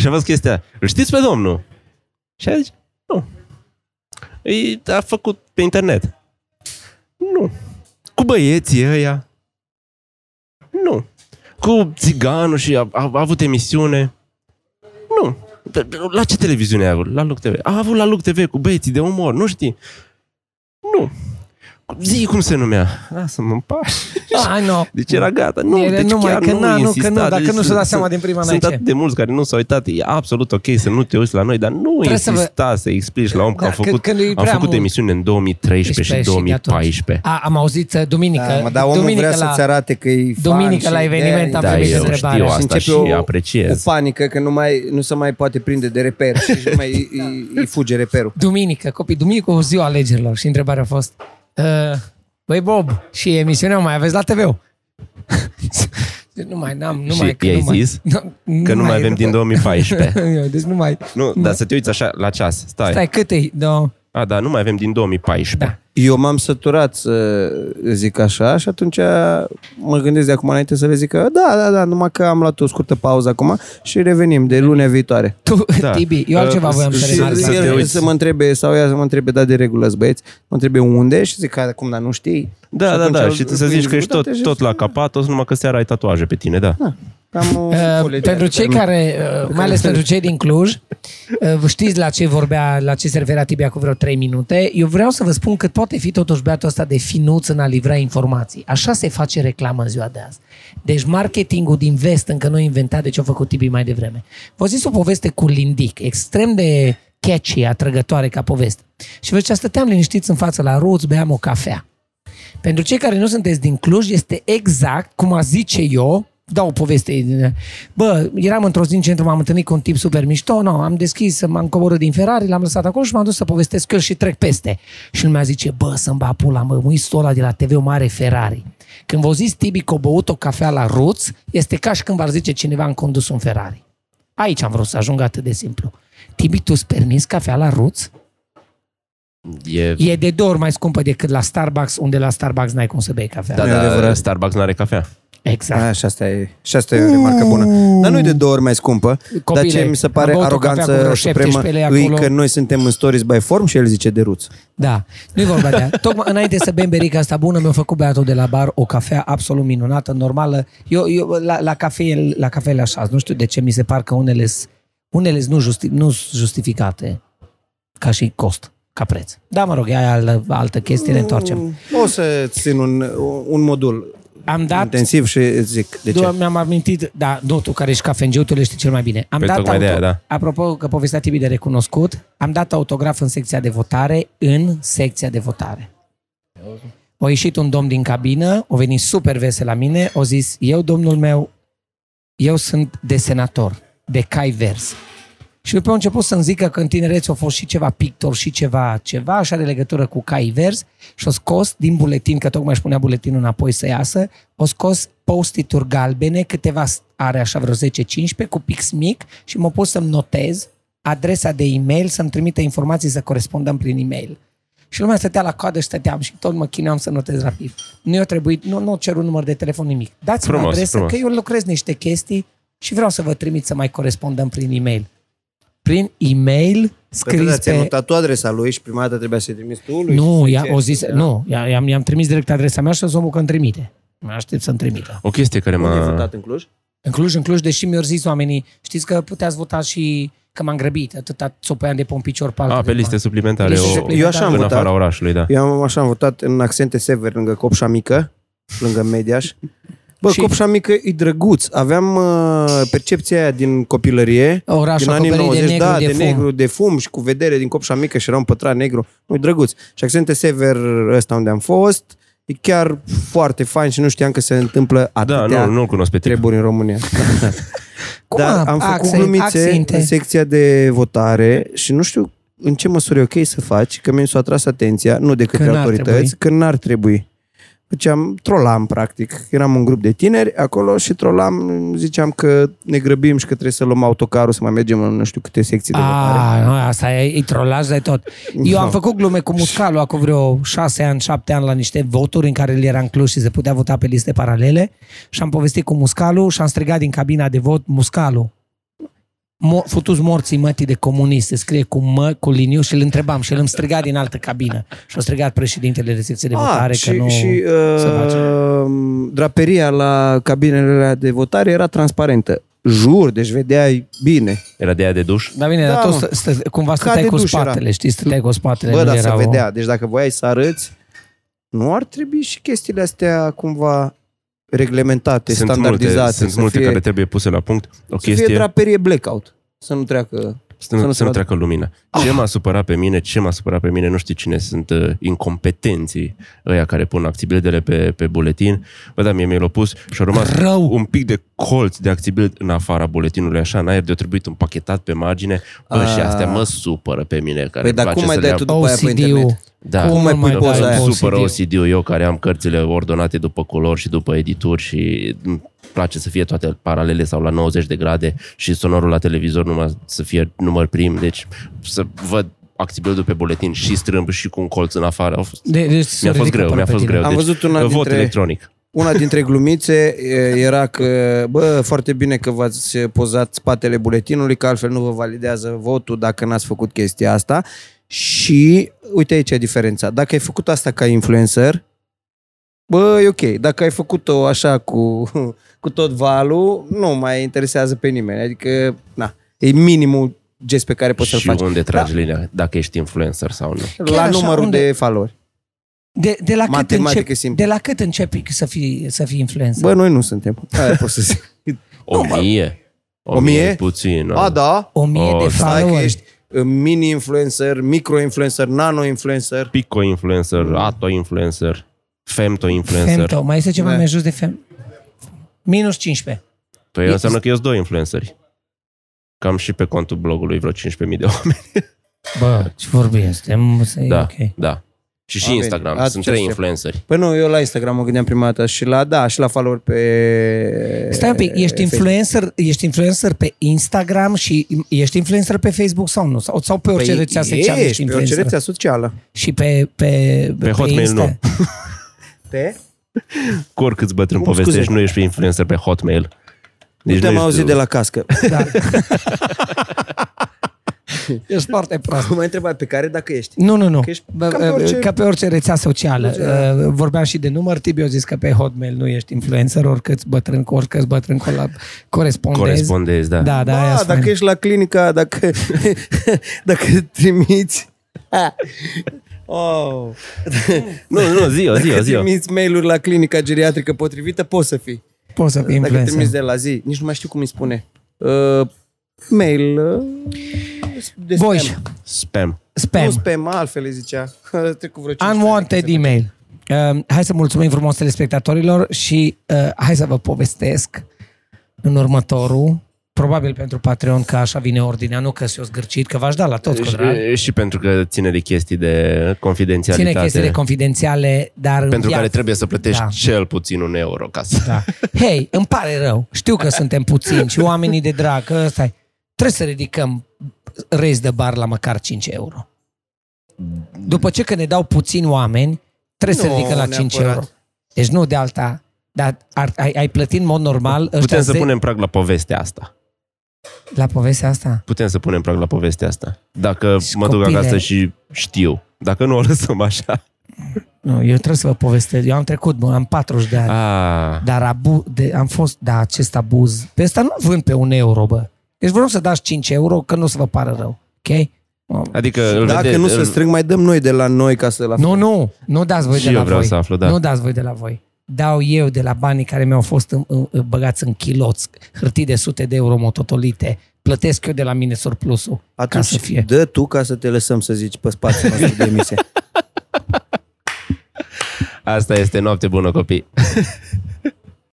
[SPEAKER 2] și a fost chestia, "Îl știți pe domnul? Și a zis, nu. Ei, a făcut pe internet. Nu. Cu băieții ăia? Nu. Cu țiganul și a, a, a avut emisiune? Nu. Dar La ce televiziune a avut? La Luc TV. A avut la Luc TV cu băieții de umor, nu știi? Nu. Zi cum se numea. Lasă-mă în pace.
[SPEAKER 1] Da.
[SPEAKER 3] Ah, nu.
[SPEAKER 2] Deci era gata. Nu,
[SPEAKER 3] Ele
[SPEAKER 2] deci
[SPEAKER 3] numai
[SPEAKER 2] chiar
[SPEAKER 3] că
[SPEAKER 2] nu,
[SPEAKER 3] na, nu, că
[SPEAKER 2] insista.
[SPEAKER 3] nu, dacă
[SPEAKER 2] Deci
[SPEAKER 3] nu s-o da
[SPEAKER 2] sunt-
[SPEAKER 3] seama din prima, n-ai
[SPEAKER 2] Sunt
[SPEAKER 3] ce.
[SPEAKER 2] atât de mulți care nu s-au uitat. E absolut ok să nu te uiți la noi, dar nu
[SPEAKER 3] Trebuie să vă-
[SPEAKER 2] insista să, explici la om că
[SPEAKER 3] Da,
[SPEAKER 2] am
[SPEAKER 3] că-
[SPEAKER 2] făcut,
[SPEAKER 3] că nu e
[SPEAKER 2] am
[SPEAKER 3] prea
[SPEAKER 2] făcut
[SPEAKER 3] mult.
[SPEAKER 2] emisiune în 2013 și
[SPEAKER 3] și de atunci.
[SPEAKER 2] 2014.
[SPEAKER 3] A, am auzit uh, duminică.
[SPEAKER 1] Da, mă, dar omul
[SPEAKER 3] duminică
[SPEAKER 1] vrea
[SPEAKER 3] la...
[SPEAKER 1] să-ți arate că e fan
[SPEAKER 3] duminică
[SPEAKER 1] și
[SPEAKER 3] la
[SPEAKER 1] de aia
[SPEAKER 3] eveniment am
[SPEAKER 1] e-
[SPEAKER 2] Da,
[SPEAKER 3] primit
[SPEAKER 2] eu
[SPEAKER 3] întrebare.
[SPEAKER 2] știu
[SPEAKER 3] Și
[SPEAKER 2] asta
[SPEAKER 1] începe
[SPEAKER 2] și
[SPEAKER 1] o-
[SPEAKER 2] apreciez.
[SPEAKER 1] o panică că nu, mai, nu se mai poate prinde de reper și își mai îi, îi fuge reperul.
[SPEAKER 3] Duminică, copii, duminică o ziua alegerilor și întrebarea a fost uh, Băi Bob, și emisiunea o mai aveți la TV-ul? Deci nu mai n-am, nu
[SPEAKER 2] Și
[SPEAKER 3] mai...
[SPEAKER 2] i-ai
[SPEAKER 3] nu mai,
[SPEAKER 2] zis?
[SPEAKER 3] Nu,
[SPEAKER 2] Că nu mai avem din 2014.
[SPEAKER 3] deci nu mai...
[SPEAKER 2] Nu, dar să te uiți așa la ceas. Stai.
[SPEAKER 3] Stai, Da. cât e? Da.
[SPEAKER 2] A, da, nu mai avem din 2014.
[SPEAKER 1] Eu m-am săturat să zic așa și atunci mă gândesc de acum înainte să le zic că da, da, da, numai că am luat o scurtă pauză acum și revenim de lunea viitoare.
[SPEAKER 3] Tu, da.
[SPEAKER 2] Da.
[SPEAKER 3] Tibi, eu altceva
[SPEAKER 2] Uh,
[SPEAKER 3] voiam să
[SPEAKER 2] și-
[SPEAKER 3] remarc.
[SPEAKER 2] să
[SPEAKER 1] să,
[SPEAKER 2] te
[SPEAKER 1] el,
[SPEAKER 2] uiți.
[SPEAKER 1] să mă întrebe, sau ea să mă întrebe, da, de regulă, îți băieți, mă întrebe unde și zic, "A, cum, dar nu știi?
[SPEAKER 2] Da, da,
[SPEAKER 1] atunci
[SPEAKER 2] da.
[SPEAKER 1] îl-
[SPEAKER 2] Și
[SPEAKER 1] îl
[SPEAKER 2] să
[SPEAKER 1] pui
[SPEAKER 2] zici că ești
[SPEAKER 1] dezbătate
[SPEAKER 2] tot,
[SPEAKER 1] și-
[SPEAKER 2] tot la capatos, numai că seara ai tatuaje pe tine, da.
[SPEAKER 1] Am o
[SPEAKER 3] Uh,
[SPEAKER 1] colegă
[SPEAKER 3] pentru cei care, uh, mai ales pentru cei din Cluj, uh, știți la ce vorbea, la ce se referea Tibia cu vreo 3 minute. Eu vreau să vă spun că poate fi totuși beatul ăsta de finuț în a livra informații. Așa se face reclamă în ziua de azi. Deci marketingul din vest încă nu a inventat de ce a făcut Tibi mai devreme. V-a zis o poveste cu Lindic, extrem de catchy, atrăgătoare ca poveste. Și vă zicea, stăteam liniștiți în față la Ruț, beam o cafea. Pentru cei care nu sunteți din Cluj, este exact cum a zice eu, dau o poveste. din- Bă, eram într-o zi în centru, m-am întâlnit cu un tip super mișto, no, am deschis, m-am coborât din Ferrari, l-am lăsat acolo și m-am dus să povestesc cu el și trec peste. Și lumea zice, bă, să-mi bă pula, mă, muistul ăla de la TV o mare Ferrari. Când vă zis Tibi că a băut o cafea la Ruț, este ca și când v-ar zice cineva am condus un Ferrari. Aici am vrut să ajung atât de simplu. Tibi, tu sperniți cafea la Ruț?
[SPEAKER 2] E,
[SPEAKER 3] E de două ori mai scumpă decât la Starbucks, unde la Starbucks n-ai cum să bei cafea.
[SPEAKER 2] da,
[SPEAKER 1] Nu e
[SPEAKER 2] da,
[SPEAKER 1] adevărat.
[SPEAKER 2] Starbucks nu are cafea.
[SPEAKER 3] Exact.
[SPEAKER 1] Aia, Ah, și asta e, și asta e o remarcă bună. Dar nu e de două ori mai scumpă,
[SPEAKER 3] Copile,
[SPEAKER 1] dar ce mi se
[SPEAKER 3] am
[SPEAKER 1] pare
[SPEAKER 3] băut o cafea cu
[SPEAKER 1] aroganță
[SPEAKER 3] vreo
[SPEAKER 1] supremă
[SPEAKER 3] 17 lei
[SPEAKER 1] e
[SPEAKER 3] acolo.
[SPEAKER 1] că noi suntem în stories by form și el zice de ruț.
[SPEAKER 3] Da, nu-i vorba de aia. Tocmai înainte să bem berica asta bună, mi-a făcut băiatul de la bar o cafea absolut minunată, normală. Eu, eu la, la, cafe, la cafele așa, nu știu de ce, mi se par că unele sunt unele sunt nu, justi, nu sunt justificate ca și cost, ca preț. Da, mă rog, e aia altă, altă chestie, ne întoarcem.
[SPEAKER 1] Mm. O să țin un, un modul
[SPEAKER 3] Am dat...
[SPEAKER 1] intensiv și îți zic de
[SPEAKER 3] Doar
[SPEAKER 1] ce.
[SPEAKER 3] mi-am amintit, da, nu, tu care ești cafengiu, tu le știi cel mai bine. Am
[SPEAKER 2] Păi
[SPEAKER 3] dat
[SPEAKER 2] tocmai
[SPEAKER 3] auto...
[SPEAKER 2] de aia, da.
[SPEAKER 3] Apropo că povestea Tibi de recunoscut, am dat autograf în secția de votare, în secția de votare. A ieșit un domn din cabină, a venit super vesel la mine, a zis, eu, domnul meu, eu sunt de senator, de cai vers. Și după a început să-mi zică că în tinerețe a fost și ceva pictor și ceva ceva și are legătură cu cai vers și o scos din buletin, că tocmai își punea buletinul înapoi să iasă, o scos post-it-uri galbene, câteva are așa vreo 10-15 cu pix mic și m-a pus să-mi notez adresa de e-mail, să-mi trimite informații să corespundăm prin e-mail. Și lumea stătea la coadă și stăteam și tot mă chineam să notez rapid. Nu i-a trebuit, nu, nu cer un număr de telefon, nimic. Dați-mi
[SPEAKER 2] Frumos,
[SPEAKER 3] adresă,
[SPEAKER 2] frumos.
[SPEAKER 3] că eu lucrez niște chestii și vreau să vă trimit să mai corespundăm prin e-mail. Prin e-mail scris
[SPEAKER 1] Ți-a
[SPEAKER 3] pe...
[SPEAKER 1] notat tu adresa lui și prima dată trebuia să-i trimiți tu lui?
[SPEAKER 3] Nu,
[SPEAKER 1] și
[SPEAKER 3] i-a,
[SPEAKER 1] ce?
[SPEAKER 3] o zis,
[SPEAKER 1] Da.
[SPEAKER 3] nu, i-a- i-am, i-am trimis direct adresa mea și o să omul că îmi trimite. Mă aștept să-mi trimită.
[SPEAKER 2] O chestie care
[SPEAKER 1] Unde e
[SPEAKER 2] m-a...
[SPEAKER 1] votat în Cluj?
[SPEAKER 3] În Cluj, în Cluj, deși mi-au zis oamenii, știți că puteați vota și că m-am grăbit, atâta țopăiam de pe un picior pe altul.
[SPEAKER 2] A, pe
[SPEAKER 3] de
[SPEAKER 2] liste
[SPEAKER 3] m-am-
[SPEAKER 2] suplimentare. O,
[SPEAKER 3] Liste suplimentare.
[SPEAKER 1] Eu așa am
[SPEAKER 2] în
[SPEAKER 1] votat.
[SPEAKER 2] afara orașului, da.
[SPEAKER 1] Eu am așa am votat în accente sever lângă Copșa Mică, lângă Mediaș. Bă,
[SPEAKER 3] Și-
[SPEAKER 1] și... Copșa Mică e drăguț. Aveam uh, percepția aia din copilărie,
[SPEAKER 3] Orașul
[SPEAKER 1] din anii
[SPEAKER 3] acoperit de
[SPEAKER 1] 90,
[SPEAKER 3] negru,
[SPEAKER 1] da,
[SPEAKER 3] de
[SPEAKER 1] de
[SPEAKER 3] fum.
[SPEAKER 1] negru, de fum și cu vedere din Copșa Mică și era un pătrat negru. Nu, e drăguț. Și accente sever ăsta unde am fost, e chiar foarte fain și nu știam că se întâmplă
[SPEAKER 2] Da,
[SPEAKER 1] atâtea
[SPEAKER 2] nu, nu-l cunosc pe tip.
[SPEAKER 1] treburi în România.
[SPEAKER 3] Cum
[SPEAKER 1] Dar
[SPEAKER 3] a-
[SPEAKER 1] am făcut
[SPEAKER 3] axe-
[SPEAKER 1] glumițe
[SPEAKER 3] accente?
[SPEAKER 1] în secția de votare și nu știu în ce măsură e ok să faci, că mi s-a atras atenția, nu de către
[SPEAKER 3] Că n-ar
[SPEAKER 1] autorități, că n-ar trebui. Făceam, trolam practic. Eram un grup de tineri acolo și trolam, ziceam că ne grăbim și că trebuie să luăm autocarul să mai mergem în nu știu câte secții de votare.
[SPEAKER 3] A, Ah, nu, asta e, e trolaj de tot. Eu am
[SPEAKER 1] Da.
[SPEAKER 3] făcut glume cu Muscalu acum vreo șase ani, șapte ani la niște voturi în care el era în Cluj și se putea vota pe liste paralele și am povestit cu Muscalu și am strigat din cabina de vot Muscalu. Mo- futus morții mătii de comunist, se scrie cu mă, cu liniu și îl întrebam și el îmi striga din altă cabină și a strigat președintele de secție de votare
[SPEAKER 1] Ah, și,
[SPEAKER 3] că nu
[SPEAKER 1] și
[SPEAKER 3] se face.
[SPEAKER 1] uh, draperia la cabinele alea de votare era transparentă. Jur, deci vedeai bine.
[SPEAKER 2] Era de aia de duș.
[SPEAKER 3] Dar bine,
[SPEAKER 1] Da,
[SPEAKER 3] dar tu
[SPEAKER 1] mă.
[SPEAKER 3] stă, stă, cumva
[SPEAKER 1] Ca
[SPEAKER 3] stăteai
[SPEAKER 1] de
[SPEAKER 3] cu
[SPEAKER 1] duș era.
[SPEAKER 3] spatele, știi, stăteai cu spatele.
[SPEAKER 1] Bă,
[SPEAKER 3] nu
[SPEAKER 1] dar
[SPEAKER 3] era
[SPEAKER 1] să
[SPEAKER 3] o-
[SPEAKER 1] vedea. Deci dacă voiai să arăți, nu ar trebui și chestiile astea cumva reglementate,
[SPEAKER 2] Sunt
[SPEAKER 1] standardizate.
[SPEAKER 2] multe, sunt
[SPEAKER 1] să
[SPEAKER 2] multe
[SPEAKER 1] fie,
[SPEAKER 2] care trebuie puse la punct. O
[SPEAKER 1] să fie
[SPEAKER 2] chestie
[SPEAKER 1] draperie blackout. Să nu treacă...
[SPEAKER 2] Să nu,
[SPEAKER 1] nu
[SPEAKER 2] să
[SPEAKER 1] se
[SPEAKER 2] nu
[SPEAKER 1] vadă. Ah.
[SPEAKER 2] treacă lumina. Ce m-a supărat pe mine, ce m-a supărat pe mine, nu știu cine sunt uh, incompetenții ăia care pun acțibildele pe, pe buletin. Bă, da, mie mi l-au pus și a rămas
[SPEAKER 3] Rău.
[SPEAKER 2] un pic de colț de acțibild în afara buletinului, așa, în aer, de-o trebuit împachetat pe margine. Bă,
[SPEAKER 1] A.
[SPEAKER 2] și astea mă supără pe mine, care
[SPEAKER 1] Ah. Păi,
[SPEAKER 2] îmi
[SPEAKER 1] dar
[SPEAKER 2] place
[SPEAKER 1] cum mai
[SPEAKER 2] să
[SPEAKER 1] dai
[SPEAKER 2] le
[SPEAKER 1] tu
[SPEAKER 2] am.
[SPEAKER 1] după aia pe internet?
[SPEAKER 2] Da.
[SPEAKER 1] cum mai
[SPEAKER 3] îl
[SPEAKER 1] pui
[SPEAKER 3] dai
[SPEAKER 1] poza
[SPEAKER 3] după
[SPEAKER 1] aia?
[SPEAKER 2] Îmi supără
[SPEAKER 3] OCD-ul?
[SPEAKER 2] OCD-ul eu care am cărțile ordonate după culori și după edituri și îmi place să fie toate paralele sau la 90 de grade și sonorul la televizor numai să fie număr prim, deci să văd acțibildul pe buletin și strâmb și cu un colț în afară. A fost,
[SPEAKER 3] De, deci se
[SPEAKER 2] mi-a fost
[SPEAKER 3] ridică
[SPEAKER 2] greu,
[SPEAKER 3] până
[SPEAKER 2] mi-a
[SPEAKER 3] pe
[SPEAKER 2] fost
[SPEAKER 3] tine.
[SPEAKER 2] greu.
[SPEAKER 1] Am
[SPEAKER 2] deci,
[SPEAKER 1] văzut una
[SPEAKER 2] vot
[SPEAKER 1] dintre-
[SPEAKER 2] electronic.
[SPEAKER 1] Una dintre glumițe e, era că, bă, foarte bine că v-ați pozat spatele buletinului, că altfel nu vă validează votul dacă n-ați făcut chestia asta. Și uite aici e diferența. Dacă ai făcut asta ca influencer, bă, e ok. Dacă ai făcut-o așa cu, cu tot valul, nu mai interesează pe nimeni. Adică, na, e minimul gest pe care poți să-l
[SPEAKER 2] Și
[SPEAKER 1] faci. Da.
[SPEAKER 2] unde tragi linia, dacă ești influencer sau nu.
[SPEAKER 3] Chiar
[SPEAKER 1] La
[SPEAKER 3] așa,
[SPEAKER 1] numărul
[SPEAKER 3] unde-
[SPEAKER 1] de followeri.
[SPEAKER 3] De, de, la cât
[SPEAKER 1] Matematică
[SPEAKER 3] încep,
[SPEAKER 1] simplă.
[SPEAKER 3] de la cât începi să fii, să fii influencer?
[SPEAKER 1] Bă, noi nu suntem. Aia pot să zic.
[SPEAKER 2] O mie?
[SPEAKER 1] O mie?
[SPEAKER 2] e Puțin.
[SPEAKER 1] A, da?
[SPEAKER 3] o mie
[SPEAKER 2] o,
[SPEAKER 3] de
[SPEAKER 2] Oh, stai
[SPEAKER 1] Hai că
[SPEAKER 3] followeri.
[SPEAKER 1] ești uh, mini-influencer, micro-influencer, nano-influencer.
[SPEAKER 2] Pico-influencer, ato-influencer, femto-influencer.
[SPEAKER 3] Femto. Mai este ceva
[SPEAKER 1] Da.
[SPEAKER 3] mai jos de fem? Minus 15.
[SPEAKER 2] Păi înseamnă că eu sunt doi influenceri. Cam și pe contul blogului vreo 15.000 de oameni.
[SPEAKER 3] Bă, ce vorbim? Suntem,
[SPEAKER 2] Da,
[SPEAKER 3] da. ok.
[SPEAKER 2] da. Și și
[SPEAKER 1] A, bine.
[SPEAKER 2] Instagram.
[SPEAKER 1] Atunci
[SPEAKER 2] Sunt trei
[SPEAKER 1] ce?
[SPEAKER 2] influenceri.
[SPEAKER 1] Păi nu, eu la Instagram mă gândeam prima dată și la, da, și la follower pe...
[SPEAKER 3] Stai un pic, ești
[SPEAKER 1] Facebook.
[SPEAKER 3] influencer, ești influencer pe Instagram și ești influencer pe Facebook sau nu? Sau, sau pe orice
[SPEAKER 1] Păi
[SPEAKER 3] rețea socială ești
[SPEAKER 1] ești pe orice
[SPEAKER 3] influencer?
[SPEAKER 1] rețea socială.
[SPEAKER 3] Și pe, pe,
[SPEAKER 2] Hotmail nu.
[SPEAKER 1] Pe?
[SPEAKER 2] Cu oricâți bătrân
[SPEAKER 1] Cum,
[SPEAKER 2] povestești,
[SPEAKER 1] scuze?
[SPEAKER 2] nu ești influencer pe Hotmail.
[SPEAKER 1] Nu
[SPEAKER 2] Deci nu
[SPEAKER 1] te-am
[SPEAKER 2] ești-
[SPEAKER 1] auzit de la cască.
[SPEAKER 3] Da. Ești foarte prost.
[SPEAKER 1] Cum ai întrebat pe care dacă ești?
[SPEAKER 3] Nu, nu, nu.
[SPEAKER 1] Că ești ca pe orice-
[SPEAKER 3] ca pe orice rețea socială. Uh, Vorbeam și de număr. Tibi a zis că pe Hotmail nu ești influencer, oricât bătrân, cu oricât bătrân colab, corespondezi.
[SPEAKER 2] Corespondezi, da.
[SPEAKER 3] Da, da, aia
[SPEAKER 1] Ba,
[SPEAKER 3] spune.
[SPEAKER 1] dacă ești la clinica, dacă, dacă trimiți... oh.
[SPEAKER 2] Nu, nu, zi-o, zi-o,
[SPEAKER 1] Dacă
[SPEAKER 2] zi-o.
[SPEAKER 1] trimiți mail-uri la clinica geriatrică potrivită, poți să fii.
[SPEAKER 3] Poți să fii
[SPEAKER 1] Dacă
[SPEAKER 3] influencer.
[SPEAKER 1] trimiți de la zi, nici nu mai știu cum îi spune. Uh, mail uh, de spam.
[SPEAKER 3] Boș,
[SPEAKER 2] Spam.
[SPEAKER 3] spam.
[SPEAKER 1] Nu exact. spam, altfel îi zicea. Trec cu vreo cinci ani
[SPEAKER 3] Unwanted
[SPEAKER 1] de când
[SPEAKER 3] email. Uh, hai să mulțumim frumos telespectatorilor și uh, hai să vă povestesc în următorul, probabil pentru Patreon, că așa vine ordinea, nu că s-o zgârcit, că v-aș da la
[SPEAKER 1] Deci,
[SPEAKER 3] toți cu drag.
[SPEAKER 2] Și, și pentru că ține de chestii de
[SPEAKER 3] Ține
[SPEAKER 2] confidențialitate.
[SPEAKER 3] chestiile confidențiale, dar în
[SPEAKER 2] pentru
[SPEAKER 3] viață.
[SPEAKER 2] care trebuie să plătești
[SPEAKER 3] Da.
[SPEAKER 2] da. cel puțin un euro ca să...
[SPEAKER 3] Da. Hei, îmi pare rău. Știu că suntem puțini și oamenii de drag, că ăsta e. Trebuie să ridicăm rezi de bar la măcar 5 euro. După ce că ne dau puțini oameni, trebuie
[SPEAKER 1] Nu,
[SPEAKER 3] să ridicăm la 5
[SPEAKER 1] neapărat.
[SPEAKER 3] euro. Deci nu de alta, dar ar, ai, ai plătit în mod normal ăștia
[SPEAKER 2] Putem să
[SPEAKER 3] ze-
[SPEAKER 2] punem prag la povestea asta.
[SPEAKER 3] la povestea asta?
[SPEAKER 2] Putem să punem prag la povestea asta. Dacă
[SPEAKER 3] Și
[SPEAKER 2] mă duc
[SPEAKER 3] copile-
[SPEAKER 2] acasă și știu. Dacă nu o lăsăm așa.
[SPEAKER 3] Nu, eu trebuie să vă povestesc. Eu am trecut, mă, am 40 de ani.
[SPEAKER 2] Ah,
[SPEAKER 3] Dar abu- de, am fost, da, acest abuz. Pe ăsta nu vând pe un euro, bă. Deci vă rog să dați 5 euro, că nu o să vă pară rău. Ok?
[SPEAKER 2] adică
[SPEAKER 1] zicea.
[SPEAKER 2] îl
[SPEAKER 1] Dacă
[SPEAKER 2] vede,
[SPEAKER 1] nu
[SPEAKER 2] îl,
[SPEAKER 1] se strâng, mai dăm noi de la noi ca să la
[SPEAKER 3] Nu, nu, nu dați voi
[SPEAKER 2] Și
[SPEAKER 3] de la
[SPEAKER 2] eu vreau
[SPEAKER 3] voi.
[SPEAKER 2] să aflu, da.
[SPEAKER 3] Nu dați voi de la voi. Dau eu de la banii care mi-au fost în, în, în- băgați în chiloți, hârtii de sute de euro mototolite, plătesc eu de la mine surplusul
[SPEAKER 1] Atunci
[SPEAKER 3] ca să fie.
[SPEAKER 1] dă tu ca să te lăsăm să zici pe spațiul nostru de emisie.
[SPEAKER 2] Asta este noapte bună, copii.